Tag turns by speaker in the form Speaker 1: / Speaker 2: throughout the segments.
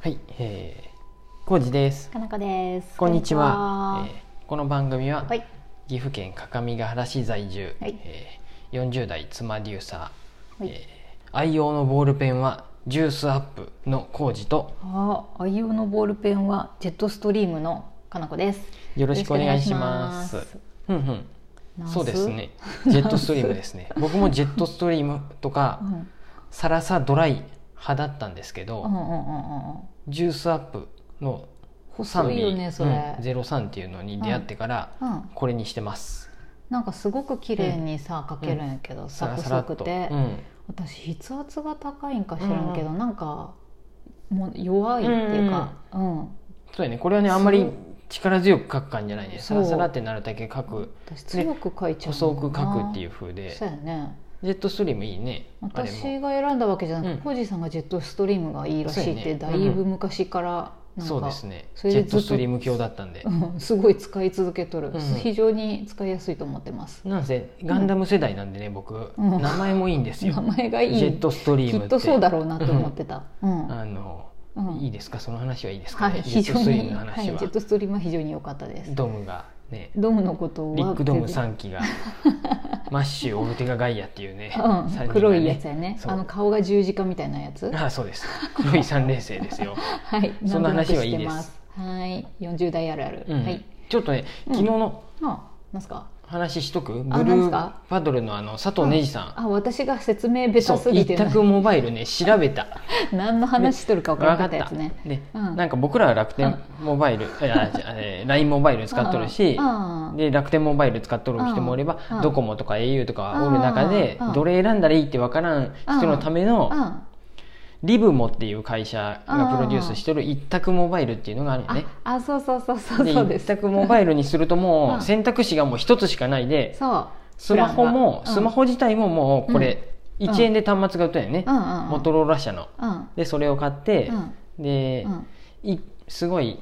Speaker 1: はい、えー、浩二です。
Speaker 2: かなこです。
Speaker 1: こんにちは。えーこの番組は、
Speaker 2: こんにちははい。
Speaker 1: 岐阜県各務原市在住、
Speaker 2: はい
Speaker 1: えー、40代妻デューサー、
Speaker 2: はい
Speaker 1: えー愛用のボールペンはジュースアップの浩二と
Speaker 2: ああ、愛用のボールペンはジェットストリームのかなこです。
Speaker 1: よろしくお願いします。
Speaker 2: よろしく
Speaker 1: うんうん。
Speaker 2: ナース
Speaker 1: そうです。ね。ジェットストリームです ね。僕もジェットストリームと
Speaker 2: うん、
Speaker 1: か
Speaker 2: うん
Speaker 1: サラサドライ派だったんですけ
Speaker 2: う
Speaker 1: ど、
Speaker 2: んうんうん。
Speaker 1: ジュースアップの
Speaker 2: 細
Speaker 1: 3
Speaker 2: い
Speaker 1: ミ
Speaker 2: よ
Speaker 1: リ、
Speaker 2: ねそれ、
Speaker 1: ゼロ三っていうのに出会ってから
Speaker 2: うん。
Speaker 1: これにしてます。
Speaker 2: なんかすごく綺麗にさ、かけるんやけど、サクサクて、
Speaker 1: うん。
Speaker 2: 私筆圧が高いんか知らんけど、なんかもう弱いっていうか、うん、
Speaker 1: そうやね。これはねあんまり力強く書く感じじゃないね。サ
Speaker 2: そう
Speaker 1: ラサラってなるだけ書く、
Speaker 2: 私強く書いちゃう
Speaker 1: 細く書くっていうう風で、
Speaker 2: そうやね。
Speaker 1: ジェットストリームいいね。あれも
Speaker 2: 私が選んだわけじゃな
Speaker 1: うん
Speaker 2: く浩司、さんがジェットストリームがいいらしいって
Speaker 1: そ
Speaker 2: だ
Speaker 1: うやね
Speaker 2: いぶ昔からなんか、
Speaker 1: そうですね。
Speaker 2: そ
Speaker 1: ジ
Speaker 2: れ
Speaker 1: ェッ
Speaker 2: でずっ
Speaker 1: ト
Speaker 2: と
Speaker 1: ストリーム教だったんで。
Speaker 2: うんすごい使い続けとる、
Speaker 1: うん
Speaker 2: 非常に使いやすいと思ってます
Speaker 1: なんせガンダム世代なんでね僕、
Speaker 2: うん
Speaker 1: 名前もいいんですよ
Speaker 2: 名前がいい
Speaker 1: ジェットストリーム
Speaker 2: き
Speaker 1: って
Speaker 2: っとそうだろうなと思ってた、うん
Speaker 1: あの、
Speaker 2: うん
Speaker 1: いいですかその話はいいですか、
Speaker 2: は
Speaker 1: ね
Speaker 2: い
Speaker 1: ジェ
Speaker 2: 非
Speaker 1: ッ
Speaker 2: 常
Speaker 1: トストリーム
Speaker 2: に
Speaker 1: の
Speaker 2: はい
Speaker 1: 話
Speaker 2: ジェ
Speaker 1: は、
Speaker 2: ットストリームは非常に良かったです
Speaker 1: ドムがね
Speaker 2: ドムのことは
Speaker 1: ビッグドム3機がマッシュオルテガガイアっていうね,、
Speaker 2: う
Speaker 1: 三
Speaker 2: ん
Speaker 1: 人がね
Speaker 2: 黒いやつやね
Speaker 1: そう
Speaker 2: あの顔が十字架みたいなや つ
Speaker 1: あそうです黒い三連星ですよ、
Speaker 2: はい
Speaker 1: そんな話はいい
Speaker 2: ん
Speaker 1: で
Speaker 2: と
Speaker 1: す
Speaker 2: なく知ってますはい40代あるある、
Speaker 1: うん
Speaker 2: はい
Speaker 1: ちょっとね
Speaker 2: うん
Speaker 1: 昨日の
Speaker 2: あなんすか
Speaker 1: 話しとく、ブル
Speaker 2: あなんす
Speaker 1: ー
Speaker 2: か
Speaker 1: パドルのあの佐藤ねじさ
Speaker 2: あ私が説明
Speaker 1: ん、
Speaker 2: ベ
Speaker 1: そ
Speaker 2: タす
Speaker 1: う
Speaker 2: ぎて
Speaker 1: 一
Speaker 2: な
Speaker 1: 択モバイルね調べた
Speaker 2: 何の話しとるか分
Speaker 1: わ
Speaker 2: からなかったやつね
Speaker 1: で、
Speaker 2: うん
Speaker 1: なんか僕らは楽天モバイ ル、いやじゃあえー LINE モバイル使っとるし、
Speaker 2: あー
Speaker 1: で楽天モバイル使っとる人もおれば、
Speaker 2: うん
Speaker 1: ドコモとか au とかおる中で、
Speaker 2: うん
Speaker 1: どれ選んだらいいってわからん人のため
Speaker 2: あ
Speaker 1: の、
Speaker 2: ーうん
Speaker 1: リブモっていう会社がプロデュースしてる一択モバイルっていうのがあるよね。
Speaker 2: ああそうそうそうそう
Speaker 1: で
Speaker 2: そうで
Speaker 1: 一
Speaker 2: す
Speaker 1: 択モバイルにするとも
Speaker 2: う
Speaker 1: うん選択肢がもう一つしかないで、
Speaker 2: そう
Speaker 1: スマホも、スマ
Speaker 2: ホ
Speaker 1: ホ自体ももうこれ、
Speaker 2: うん
Speaker 1: 1円で端末が売ってるよね、モトローラ社の。
Speaker 2: うん
Speaker 1: で、それを買って
Speaker 2: う、ん
Speaker 1: で、
Speaker 2: うん
Speaker 1: いすごい、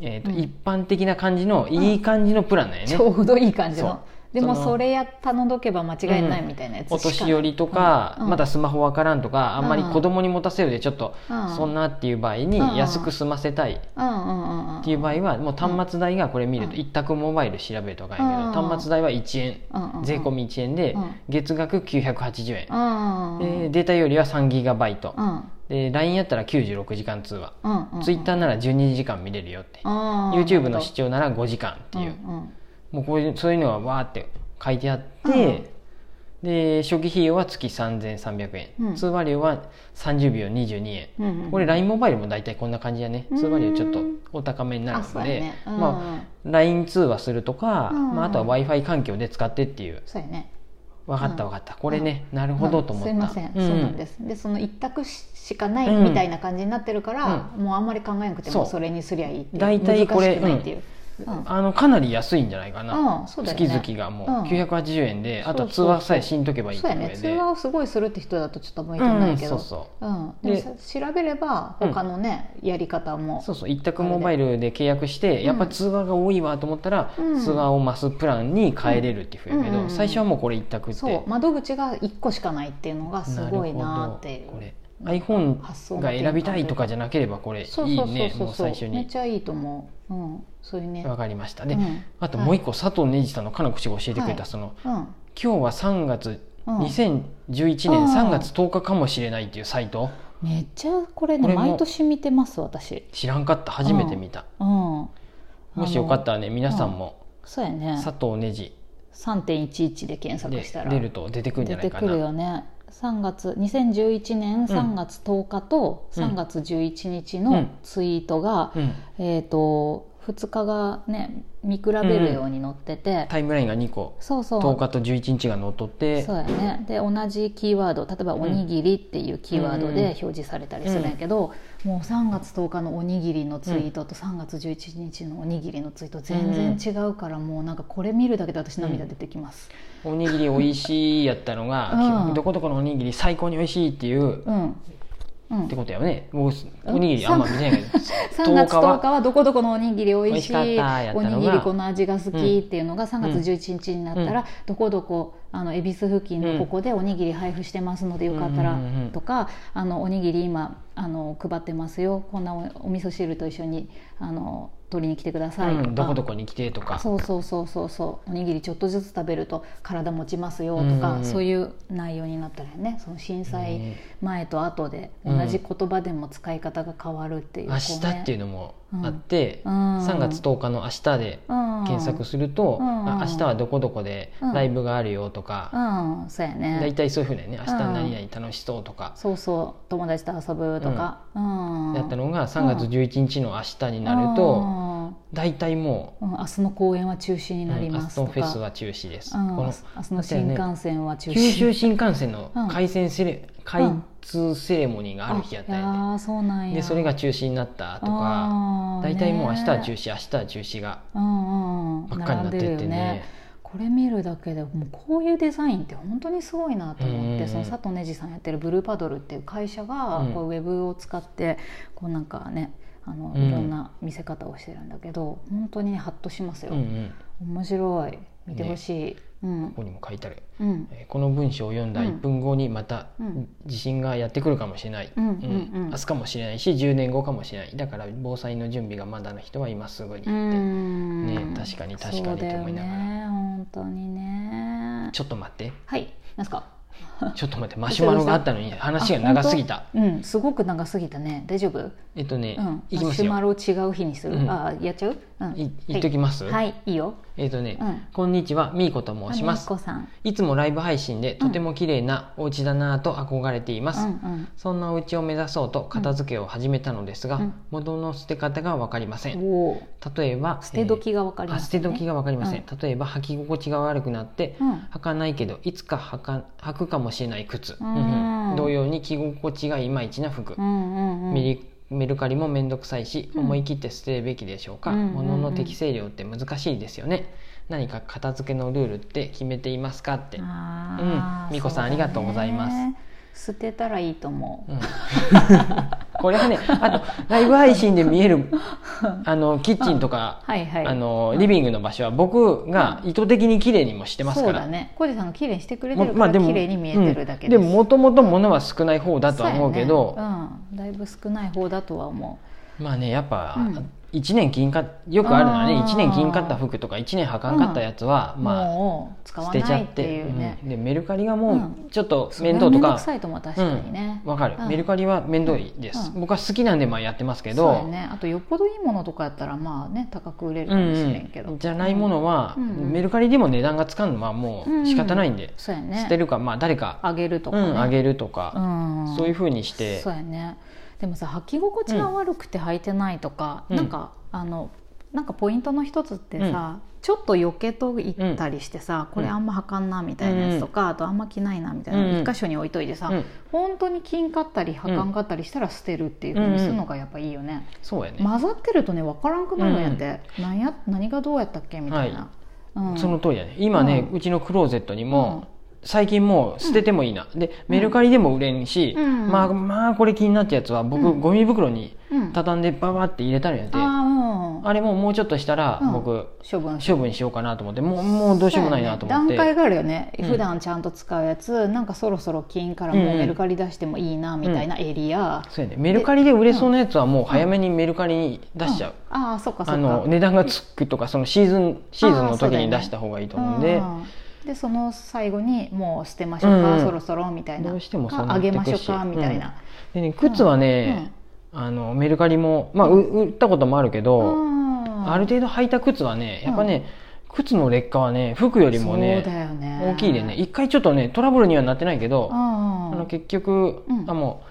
Speaker 1: えーと
Speaker 2: うん
Speaker 1: 一般的な感じのいい感じのプランだよね、
Speaker 2: ちょうどいい感じ
Speaker 1: そう
Speaker 2: のでも
Speaker 1: その
Speaker 2: それや頼んどけば間違いないみたいなやつ
Speaker 1: お年寄りとか、まだスマホわからんとかあんまり子供に持たせるでちょっと、そん
Speaker 2: な
Speaker 1: なっていう場合に
Speaker 2: うん
Speaker 1: 安く済ませたいっていう場合はもう端末代がこれ見ると
Speaker 2: うん
Speaker 1: 一択モバイル調べるとかやけど
Speaker 2: うん
Speaker 1: 端末代は1円税込み1円で
Speaker 2: うん
Speaker 1: 月額980円で
Speaker 2: で
Speaker 1: データよりは 3GB で LINE やったら96時間通話 Twitter なら12時間見れるよって YouTube の視聴なら5時間っていうもうこういうそういうのはわーって書いてあって、で初期費用は月3300円、
Speaker 2: うん
Speaker 1: 通話料は30秒22円、これ LINE モバイルも大体こんな感じやね
Speaker 2: うん
Speaker 1: 通話料ちょっとお高めになるので、まあ
Speaker 2: ま
Speaker 1: LINE 通話するとか、
Speaker 2: うん
Speaker 1: まあ、あとは w i f i 環境で使ってっていう
Speaker 2: そうやね
Speaker 1: 分かった
Speaker 2: う
Speaker 1: 分かったこれね、なるほどと思った、、
Speaker 2: うんすいませんそうなんですすでその一択しかないみたいな感じになってるからもうあんまり考えなくて
Speaker 1: そう
Speaker 2: もそれにすりゃいいっていう
Speaker 1: 大体これ
Speaker 2: 難しくないっていううん
Speaker 1: あのかなり安いんじゃないかな、
Speaker 2: うんそうだよ
Speaker 1: 月
Speaker 2: ね
Speaker 1: 々がもう
Speaker 2: うん
Speaker 1: 980円で、あと
Speaker 2: そう
Speaker 1: 通
Speaker 2: そうそう
Speaker 1: 話さえしんとけばいいっ
Speaker 2: そ
Speaker 1: て
Speaker 2: う
Speaker 1: い
Speaker 2: や
Speaker 1: う上
Speaker 2: ね
Speaker 1: で
Speaker 2: 通話をすごいするって人だとちょっと向いてないけ
Speaker 1: うん、そう
Speaker 2: ど
Speaker 1: そう
Speaker 2: うん
Speaker 1: で
Speaker 2: でもさ調べれば
Speaker 1: うん
Speaker 2: 他のねやり方も
Speaker 1: そうそう一択モバイルで契約して、やっぱ通話が多いわと思ったら、
Speaker 2: うん
Speaker 1: 通話を増すプランに変えれるっていうふうやけど、
Speaker 2: うんうんうん
Speaker 1: 最初はもうこれ一択って
Speaker 2: そう窓口が1個しかないっていうのがすごいなってい
Speaker 1: るほどこ
Speaker 2: う
Speaker 1: れ iPhone が選びたいとか
Speaker 2: じ
Speaker 1: じゃなければこれい
Speaker 2: そう
Speaker 1: い
Speaker 2: そうそう
Speaker 1: ね
Speaker 2: そ
Speaker 1: も
Speaker 2: う
Speaker 1: う最初
Speaker 2: めっ
Speaker 1: に
Speaker 2: ちゃいいと思ううんそういうね
Speaker 1: 分かりましたで、
Speaker 2: うん
Speaker 1: あともう一個佐藤ねじさんのかの口が教えてくれた、
Speaker 2: はい
Speaker 1: その
Speaker 2: うん
Speaker 1: 今日は3月
Speaker 2: うん
Speaker 1: 2011年
Speaker 2: うん
Speaker 1: 3月10日かもしれないっていうサイト
Speaker 2: めっちゃこれ
Speaker 1: これ
Speaker 2: ね
Speaker 1: も
Speaker 2: 毎年見てます私
Speaker 1: 知らんかった初めて見た、
Speaker 2: うんも
Speaker 1: もしよかったらね皆さんも
Speaker 2: そうやね
Speaker 1: 佐藤ねじ
Speaker 2: 3.11で検索
Speaker 1: で
Speaker 2: したら
Speaker 1: 出ると出てくるんじゃ
Speaker 2: 出
Speaker 1: ない
Speaker 2: て
Speaker 1: か
Speaker 2: く
Speaker 1: な
Speaker 2: るよね3月2011年3月10日と
Speaker 1: うん
Speaker 2: 3月11日
Speaker 1: うん
Speaker 2: のツイートが、
Speaker 1: うん
Speaker 2: えー、と2日がね見比べるように載ってて、
Speaker 1: タイムラインが2個
Speaker 2: そうそう
Speaker 1: 10日と11日が乗っ取って
Speaker 2: そうやねで同じキーワード例えば「おにぎり」っていうキーワード
Speaker 1: うん
Speaker 2: で表示されたりするんやけど、もう3月10日の「おにぎり」のツイートと3月11日の「おにぎり」のツイート全然違うから、もうなんかこれ見るだけで私涙出てきます。
Speaker 1: おにぎりおいしいやったのが、
Speaker 2: うん
Speaker 1: どこどこのおにぎり最高においしいっていう
Speaker 2: うん
Speaker 1: うんってことやよね僕
Speaker 2: うん
Speaker 1: おにぎりあんま見てないけど
Speaker 2: 3月
Speaker 1: 10日
Speaker 2: 10日はどこどこのおにぎ
Speaker 1: 美
Speaker 2: り美味
Speaker 1: 味
Speaker 2: し
Speaker 1: し
Speaker 2: い
Speaker 1: かったやった
Speaker 2: お
Speaker 1: のが
Speaker 2: にぎりこの味が好きっていうのが3月11日になったら、
Speaker 1: うん
Speaker 2: どこどこあの恵比寿付近のここでおにぎり配布してますのでよかった
Speaker 1: う
Speaker 2: ら
Speaker 1: んうんうんうん
Speaker 2: とか、あのおにぎり今あの配ってますよこんなおお味噌汁と一緒にあの取りに来てくださいとか、
Speaker 1: うん、どこどこに来てとか
Speaker 2: そうそうそうそうそうおにぎりちょっとずつ食べると体持ちますよとか、
Speaker 1: うんうん
Speaker 2: そういう内容になったらねその震災
Speaker 1: ね
Speaker 2: 前と後で同じ言葉でも使い方が変わるっていう、
Speaker 1: 明日っていう
Speaker 2: う
Speaker 1: のもあって、3
Speaker 2: 3
Speaker 1: 月10日の「明日」で検索すると、
Speaker 2: うん
Speaker 1: あ明日はどこどこでライブがあるよとか、
Speaker 2: うん、そうやね
Speaker 1: 大体そういうふうだよね「明日
Speaker 2: うん
Speaker 1: 何々楽しそう」とか
Speaker 2: そうそう友達と遊ぶとか、うん
Speaker 1: やったのが3月11日の「明日」になると大体も
Speaker 2: うん、うん明日の公演は中止に
Speaker 1: う「
Speaker 2: なり
Speaker 1: うんア
Speaker 2: ま
Speaker 1: ス
Speaker 2: す
Speaker 1: ト
Speaker 2: と
Speaker 1: ンフェス
Speaker 2: か、
Speaker 1: は中止です」
Speaker 2: うん
Speaker 1: こ
Speaker 2: 明
Speaker 1: の
Speaker 2: 日の新幹線は中止
Speaker 1: 九州新幹線の開線セレ、開
Speaker 2: うん
Speaker 1: 通セレモニーがある日やったん
Speaker 2: い
Speaker 1: や
Speaker 2: や
Speaker 1: ね
Speaker 2: ーそうなんや
Speaker 1: でそれが中止になったとか大体もう明日は中止明日は中止が
Speaker 2: 止、うんうんうん、
Speaker 1: ばっかりになってって
Speaker 2: 並ん
Speaker 1: ね
Speaker 2: でるよこれ見るだけでもうこういうデザインって本当にすごいなと思っ
Speaker 1: うんうんう
Speaker 2: て
Speaker 1: ん
Speaker 2: その佐藤ねじさんやってるブルーパドルっていう会社が
Speaker 1: うん
Speaker 2: こうウェブを使ってこうなんかねあの
Speaker 1: うん
Speaker 2: いろんな見せ方をしてるんだけど本当にハッとしますよ
Speaker 1: うんうん
Speaker 2: 面白い見てほしいうん
Speaker 1: ここにも書いてある、
Speaker 2: うん
Speaker 1: えーこの文章を読んだ
Speaker 2: うん
Speaker 1: 1分後にまた
Speaker 2: うん
Speaker 1: 地震がやってくるかもしれない、
Speaker 2: うんうんうん
Speaker 1: 明日かもしれないし10年後かもしれないだから防災の準備がまだの人は今すぐにって、
Speaker 2: うん
Speaker 1: ね確かに確かにと思いながら
Speaker 2: そうだよね本当にね
Speaker 1: ちょっと待 って
Speaker 2: はいなんすか
Speaker 1: ちょっと待ってマシュマロがあったのに話が長すぎた
Speaker 2: あ本当うんすごく長すぎたね大丈夫
Speaker 1: えっとね、
Speaker 2: うん
Speaker 1: いき
Speaker 2: マ
Speaker 1: ま
Speaker 2: シ
Speaker 1: す
Speaker 2: ュ
Speaker 1: よ
Speaker 2: マロを違う日にする、
Speaker 1: うん
Speaker 2: あやっちゃう、うん、
Speaker 1: い言っときます、
Speaker 2: はい、はい、いいよ
Speaker 1: えっとね、
Speaker 2: うん
Speaker 1: こんにちはみーこと申します
Speaker 2: あみこさん
Speaker 1: いつもライブ配信でとても綺麗なお家だなぁと憧れています、
Speaker 2: うんうん
Speaker 1: そんなお家を目指そうと片付けを始めたのですが、
Speaker 2: うん
Speaker 1: 物の捨て方が分かりません
Speaker 2: おお
Speaker 1: 例えば
Speaker 2: 捨て時
Speaker 1: が
Speaker 2: がわかりま
Speaker 1: あ
Speaker 2: す
Speaker 1: 捨て時が分かりません、
Speaker 2: う
Speaker 1: 例えば履き心地が悪くなって、
Speaker 2: うん
Speaker 1: 履かないけどいつか履か履くかもしれない靴、
Speaker 2: うん
Speaker 1: うんうん同様に着心地がいまいちな服、
Speaker 2: うんうんうん
Speaker 1: メリメルカリも面倒くさいし、
Speaker 2: うん
Speaker 1: 思い切って捨てるべきでしょうか、
Speaker 2: うんうんうん
Speaker 1: 物の適正量って難しいですよね何か片付けのルールって決めていますかって、
Speaker 2: あー
Speaker 1: うんみこさん
Speaker 2: そうだね
Speaker 1: ありがとうございま
Speaker 2: 捨てたらいいと思う、
Speaker 1: うん これはねあとライブ配信で見え るあのキッチンとか、
Speaker 2: はいはい
Speaker 1: あのリビングの場所は僕が意図的に綺麗にもしてます
Speaker 2: そ
Speaker 1: か
Speaker 2: う
Speaker 1: ら、
Speaker 2: だねコージさんが綺麗にしてくれて
Speaker 1: も
Speaker 2: る
Speaker 1: ま
Speaker 2: か
Speaker 1: あ
Speaker 2: ら
Speaker 1: でも
Speaker 2: 綺麗に見えてるだけ
Speaker 1: うんでももともと物は少ない方だとは思うけど
Speaker 2: そやねうん、だいぶ少ない方だとは思
Speaker 1: まあねやっぱ、
Speaker 2: うん
Speaker 1: 一年金かよくあるのはね
Speaker 2: あー
Speaker 1: 1年金かった服とか1年履かんかったやつは、
Speaker 2: う、
Speaker 1: まあ
Speaker 2: もう
Speaker 1: 捨
Speaker 2: 使わ
Speaker 1: てちゃ
Speaker 2: ないっ
Speaker 1: って
Speaker 2: い
Speaker 1: て、
Speaker 2: うね、
Speaker 1: うんでメルカリが
Speaker 2: う
Speaker 1: も
Speaker 2: ん
Speaker 1: うちょっと
Speaker 2: それ
Speaker 1: 面倒
Speaker 2: は
Speaker 1: と
Speaker 2: 面倒
Speaker 1: か
Speaker 2: く、さいとも確かにね、
Speaker 1: わかる、
Speaker 2: うん
Speaker 1: メルカリは面倒いです、
Speaker 2: うん
Speaker 1: 僕は好きなんでまあやってますけ
Speaker 2: そうや
Speaker 1: ど
Speaker 2: ね、あとよっぽどいいものとかやったらまあね高く売れる
Speaker 1: う
Speaker 2: か
Speaker 1: ん
Speaker 2: もしれんけど、
Speaker 1: うんじゃないものは、
Speaker 2: うんうん
Speaker 1: メルカリでも値段がつかんのはもう仕方ないんで、
Speaker 2: そうやね
Speaker 1: 捨てるかまあ誰か、
Speaker 2: あげると
Speaker 1: う
Speaker 2: か、ね
Speaker 1: ん、あげるとか、
Speaker 2: うん
Speaker 1: そういうふうにして
Speaker 2: そうやねでもさ履き心地が悪くて履いてないとか、
Speaker 1: うん
Speaker 2: なんかあのなんかポイントの一つってさ、ちょっと避けといたりしてさ、これあんま履かんなみたいなやつとか、あとあんま着ないなみたいな
Speaker 1: うん
Speaker 2: の一箇所に置いといてさ、
Speaker 1: うん
Speaker 2: 本当に金かったり履かんかったりしたら捨てるっていうふうにするのがやっぱいいよね、
Speaker 1: そうやね、
Speaker 2: 混ざってるとね分からんくなるんやって、なんや何がどうやったっけみたいな、うん
Speaker 1: その通りだね今ね、
Speaker 2: う
Speaker 1: うちのクローゼットにも、最近もう捨ててもいいな、でメルカリでも売れんし、
Speaker 2: うん
Speaker 1: まあまあこれ気になったやつは僕、
Speaker 2: うん
Speaker 1: ゴミ袋に
Speaker 2: うん
Speaker 1: 畳んでババって入れたのやで、
Speaker 2: ああ
Speaker 1: あれももうちょっとしたら
Speaker 2: うん
Speaker 1: 僕、
Speaker 2: 処分
Speaker 1: 処分しようかなと思ってもうもうどうしようもないなと思っ
Speaker 2: そ
Speaker 1: て、
Speaker 2: うやね段階があるよね、
Speaker 1: うん
Speaker 2: 普段ちゃんと使うやつなんかそろそろ金からもうメルカリ出してもいいなみたいなエリア、
Speaker 1: そうやねメルカリで売れそうなやつはもう早めにメルカリに出しちゃう、
Speaker 2: うんああそっかそっか
Speaker 1: あの値段がつくとかそのシーズンシーズンの時に出した方がいいと思うんで、
Speaker 2: うんでその最後にもう捨てましょうか、
Speaker 1: うん
Speaker 2: そろそろみたいな
Speaker 1: どうしてもそう
Speaker 2: か
Speaker 1: な
Speaker 2: あ
Speaker 1: って
Speaker 2: げ
Speaker 1: くし
Speaker 2: ましょうかみたいな、
Speaker 1: でね靴はね、あのメルカリも、まあ、う売ったこともあるけど、ある
Speaker 2: 程
Speaker 1: 程度履いた靴はねやっぱね、靴の劣化はね服よりもね
Speaker 2: そうだよね
Speaker 1: 大きいでね一回ちょっとねトラブルにはなってないけど、
Speaker 2: うん
Speaker 1: あの結局、
Speaker 2: うん
Speaker 1: あも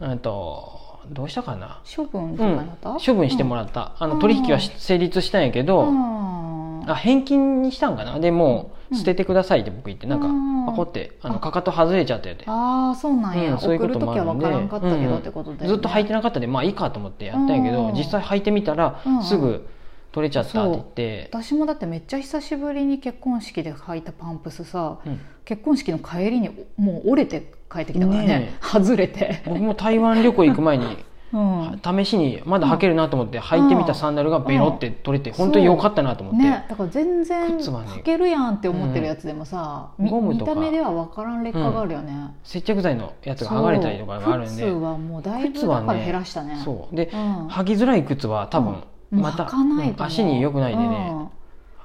Speaker 1: ううんとどうしたかな、
Speaker 2: 処分と
Speaker 1: う
Speaker 2: か
Speaker 1: ん
Speaker 2: だった、
Speaker 1: 処分してもらった、あ
Speaker 2: う
Speaker 1: の
Speaker 2: ん
Speaker 1: 取引はし成立したんやけど、
Speaker 2: うん
Speaker 1: あ返金にしたんかなでも
Speaker 2: うん
Speaker 1: 捨ててくださいって僕言ってなんか、
Speaker 2: うん
Speaker 1: パコってあ
Speaker 2: あ
Speaker 1: のかかと外れちゃったよって、
Speaker 2: ああそうなんや、
Speaker 1: うんそういう
Speaker 2: 送
Speaker 1: こ
Speaker 2: る
Speaker 1: とも
Speaker 2: 時
Speaker 1: あ
Speaker 2: は
Speaker 1: るん
Speaker 2: 分
Speaker 1: で
Speaker 2: からんかったけどってことで、ね
Speaker 1: ずっと履いてなかったでまあいいかと思ってやったんやけど、
Speaker 2: うん
Speaker 1: 実際履いてみたら、
Speaker 2: うん
Speaker 1: すぐ取れちゃったって言って
Speaker 2: 私もだってめっちゃ久しぶりに結婚式で履いたパンプスさ、うん結婚式の帰りにもう折れて帰ってきたからね
Speaker 1: ね
Speaker 2: 外れて
Speaker 1: 僕も台湾旅行行く前に
Speaker 2: うん
Speaker 1: 試しにまだ履けるなと思って履いてみたサンダルがベロって取れて本当に良かったなと思って、
Speaker 2: ね、だから全然
Speaker 1: 靴はね
Speaker 2: 履けるやんって思ってるやつでもさ、
Speaker 1: うん
Speaker 2: み
Speaker 1: ゴム
Speaker 2: 見
Speaker 1: とか
Speaker 2: た目では分からん劣化があるよね、
Speaker 1: 接着剤のやつが剥がれたりとかがあるんで
Speaker 2: そう靴はもうだいぶ
Speaker 1: 靴
Speaker 2: だ
Speaker 1: はね
Speaker 2: から減らしたね
Speaker 1: そうで
Speaker 2: うん
Speaker 1: 履きづらい靴は多分
Speaker 2: うん
Speaker 1: また、
Speaker 2: 履かないと思う
Speaker 1: うん足に良くないんでね、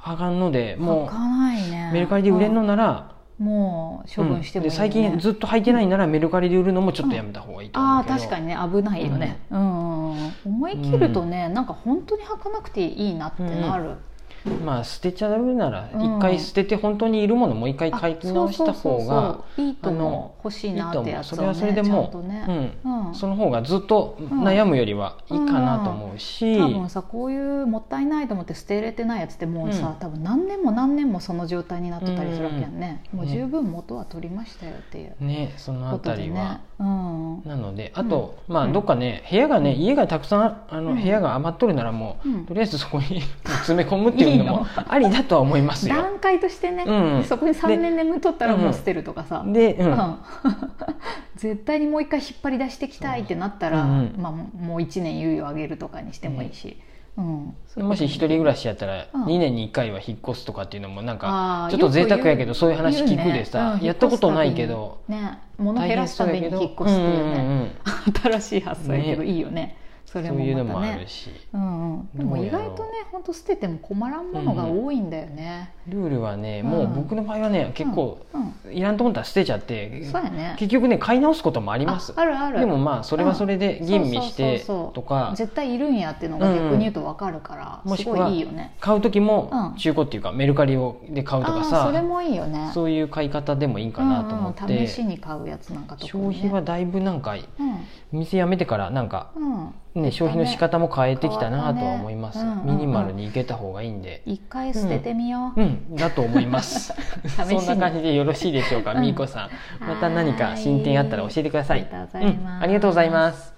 Speaker 1: 履かんので
Speaker 2: うん
Speaker 1: も
Speaker 2: 履かないね
Speaker 1: うメルカリで売れるのなら、
Speaker 2: うんもう処分してもい
Speaker 1: うん
Speaker 2: い、ね
Speaker 1: で最近ずっと履いてないならメルカリで売るのもちょっとやめた方がいいと思
Speaker 2: あ
Speaker 1: う
Speaker 2: あ
Speaker 1: けど、
Speaker 2: 確かにね危ないよね、うんうんうん思い切るとね、なんか本当に履かなくていいなってなる、
Speaker 1: まあ捨てちゃうなら
Speaker 2: うん
Speaker 1: 一回捨てて本当にいるものもう一回
Speaker 2: あ
Speaker 1: 買い直した方が
Speaker 2: そうそうそうそういいと
Speaker 1: あ
Speaker 2: 思
Speaker 1: の
Speaker 2: う欲しい
Speaker 1: いい
Speaker 2: な
Speaker 1: と
Speaker 2: って
Speaker 1: 思
Speaker 2: や
Speaker 1: うそ
Speaker 2: つを、ね、
Speaker 1: れはそれでも
Speaker 2: ちゃ
Speaker 1: うん
Speaker 2: とね、うん
Speaker 1: んその方がずっと悩むよりはいいかなと思うし、
Speaker 2: 多分さこういうもったいないと思って捨てれてないやつってもうさ、
Speaker 1: うん
Speaker 2: 多分何年も何年もその状態になってたりするわけやんね、
Speaker 1: うん
Speaker 2: もう十分元は取りましたよっていう
Speaker 1: ねその
Speaker 2: こ
Speaker 1: あ
Speaker 2: と
Speaker 1: た
Speaker 2: で
Speaker 1: り
Speaker 2: ね
Speaker 1: は。、
Speaker 2: うん
Speaker 1: なのであと、
Speaker 2: うん
Speaker 1: まあ
Speaker 2: うん
Speaker 1: どっかね部屋がね、
Speaker 2: うん
Speaker 1: 家がたくさんあの、
Speaker 2: うん
Speaker 1: 部屋が余っとるならもう、
Speaker 2: うん
Speaker 1: とりあえずそこに 詰め込むっていうの
Speaker 2: いい
Speaker 1: もありだとは思いますよ。
Speaker 2: 段階としてね、
Speaker 1: うん
Speaker 2: そこに3年眠っとったら
Speaker 1: で
Speaker 2: もう捨てるとかさ、
Speaker 1: で、うん
Speaker 2: うん 絶対にもう一回引っ張り出してきたいってなったら、
Speaker 1: そううんうん
Speaker 2: まあ、もう1年猶予あげるとかにしてもいいし、うん
Speaker 1: もし一人暮らしやったら
Speaker 2: うん
Speaker 1: 2年に1回は引っ越すとかっていうのもなん
Speaker 2: あ
Speaker 1: か
Speaker 2: ー
Speaker 1: ちょっと贅沢やけ
Speaker 2: よく言う
Speaker 1: どそういう話聞くで
Speaker 2: 言う
Speaker 1: さ
Speaker 2: ねうん
Speaker 1: やったことないけど
Speaker 2: ね物減らすために引っ越すっていうね、
Speaker 1: んんん
Speaker 2: 新しい発想やけど
Speaker 1: ね
Speaker 2: いいよねそれ
Speaker 1: そういう
Speaker 2: も
Speaker 1: の
Speaker 2: また
Speaker 1: もあ
Speaker 2: ね
Speaker 1: るし
Speaker 2: うんうんでも意外とね本当捨てても困らんものが多いんだよね、
Speaker 1: ルールはね
Speaker 2: うん
Speaker 1: もう僕の場合はね結構
Speaker 2: うん
Speaker 1: いらんと思ったら捨てちゃって
Speaker 2: そうやね
Speaker 1: 結局ね買い直すこともあり
Speaker 2: あ
Speaker 1: ます
Speaker 2: あるある
Speaker 1: でもまあそれはそれで
Speaker 2: うん
Speaker 1: 吟味して
Speaker 2: そうそうそうそう
Speaker 1: とか
Speaker 2: 絶対いるんやっていうのが逆に言うと分かるから、
Speaker 1: うんも
Speaker 2: す
Speaker 1: しく
Speaker 2: ご
Speaker 1: はい
Speaker 2: いいよね
Speaker 1: 買う時も
Speaker 2: うん
Speaker 1: 中古っていうかメルカリをで買うとか
Speaker 2: あーそれ
Speaker 1: さ
Speaker 2: もいいよね
Speaker 1: そういう買い方でもいいかなと思っ
Speaker 2: うんうん試してに買うやつなんかとか、ね、
Speaker 1: 消費はだいぶなんか店辞めてからなんか
Speaker 2: うん、うん、
Speaker 1: ね、消費の仕方も変えてきたなとは思います、
Speaker 2: 変わったねうんうんう
Speaker 1: ミ
Speaker 2: ん
Speaker 1: ニマルにいけた方がいいんで
Speaker 2: 一回捨ててみよう、
Speaker 1: うん、だと思います
Speaker 2: 試し
Speaker 1: そ
Speaker 2: に
Speaker 1: んな感じでよろしいでしょうか、
Speaker 2: うん
Speaker 1: みーこさん
Speaker 2: はー
Speaker 1: ま
Speaker 2: い
Speaker 1: た何か進展あったら教えてください
Speaker 2: ありがとうございます
Speaker 1: んありがとうございます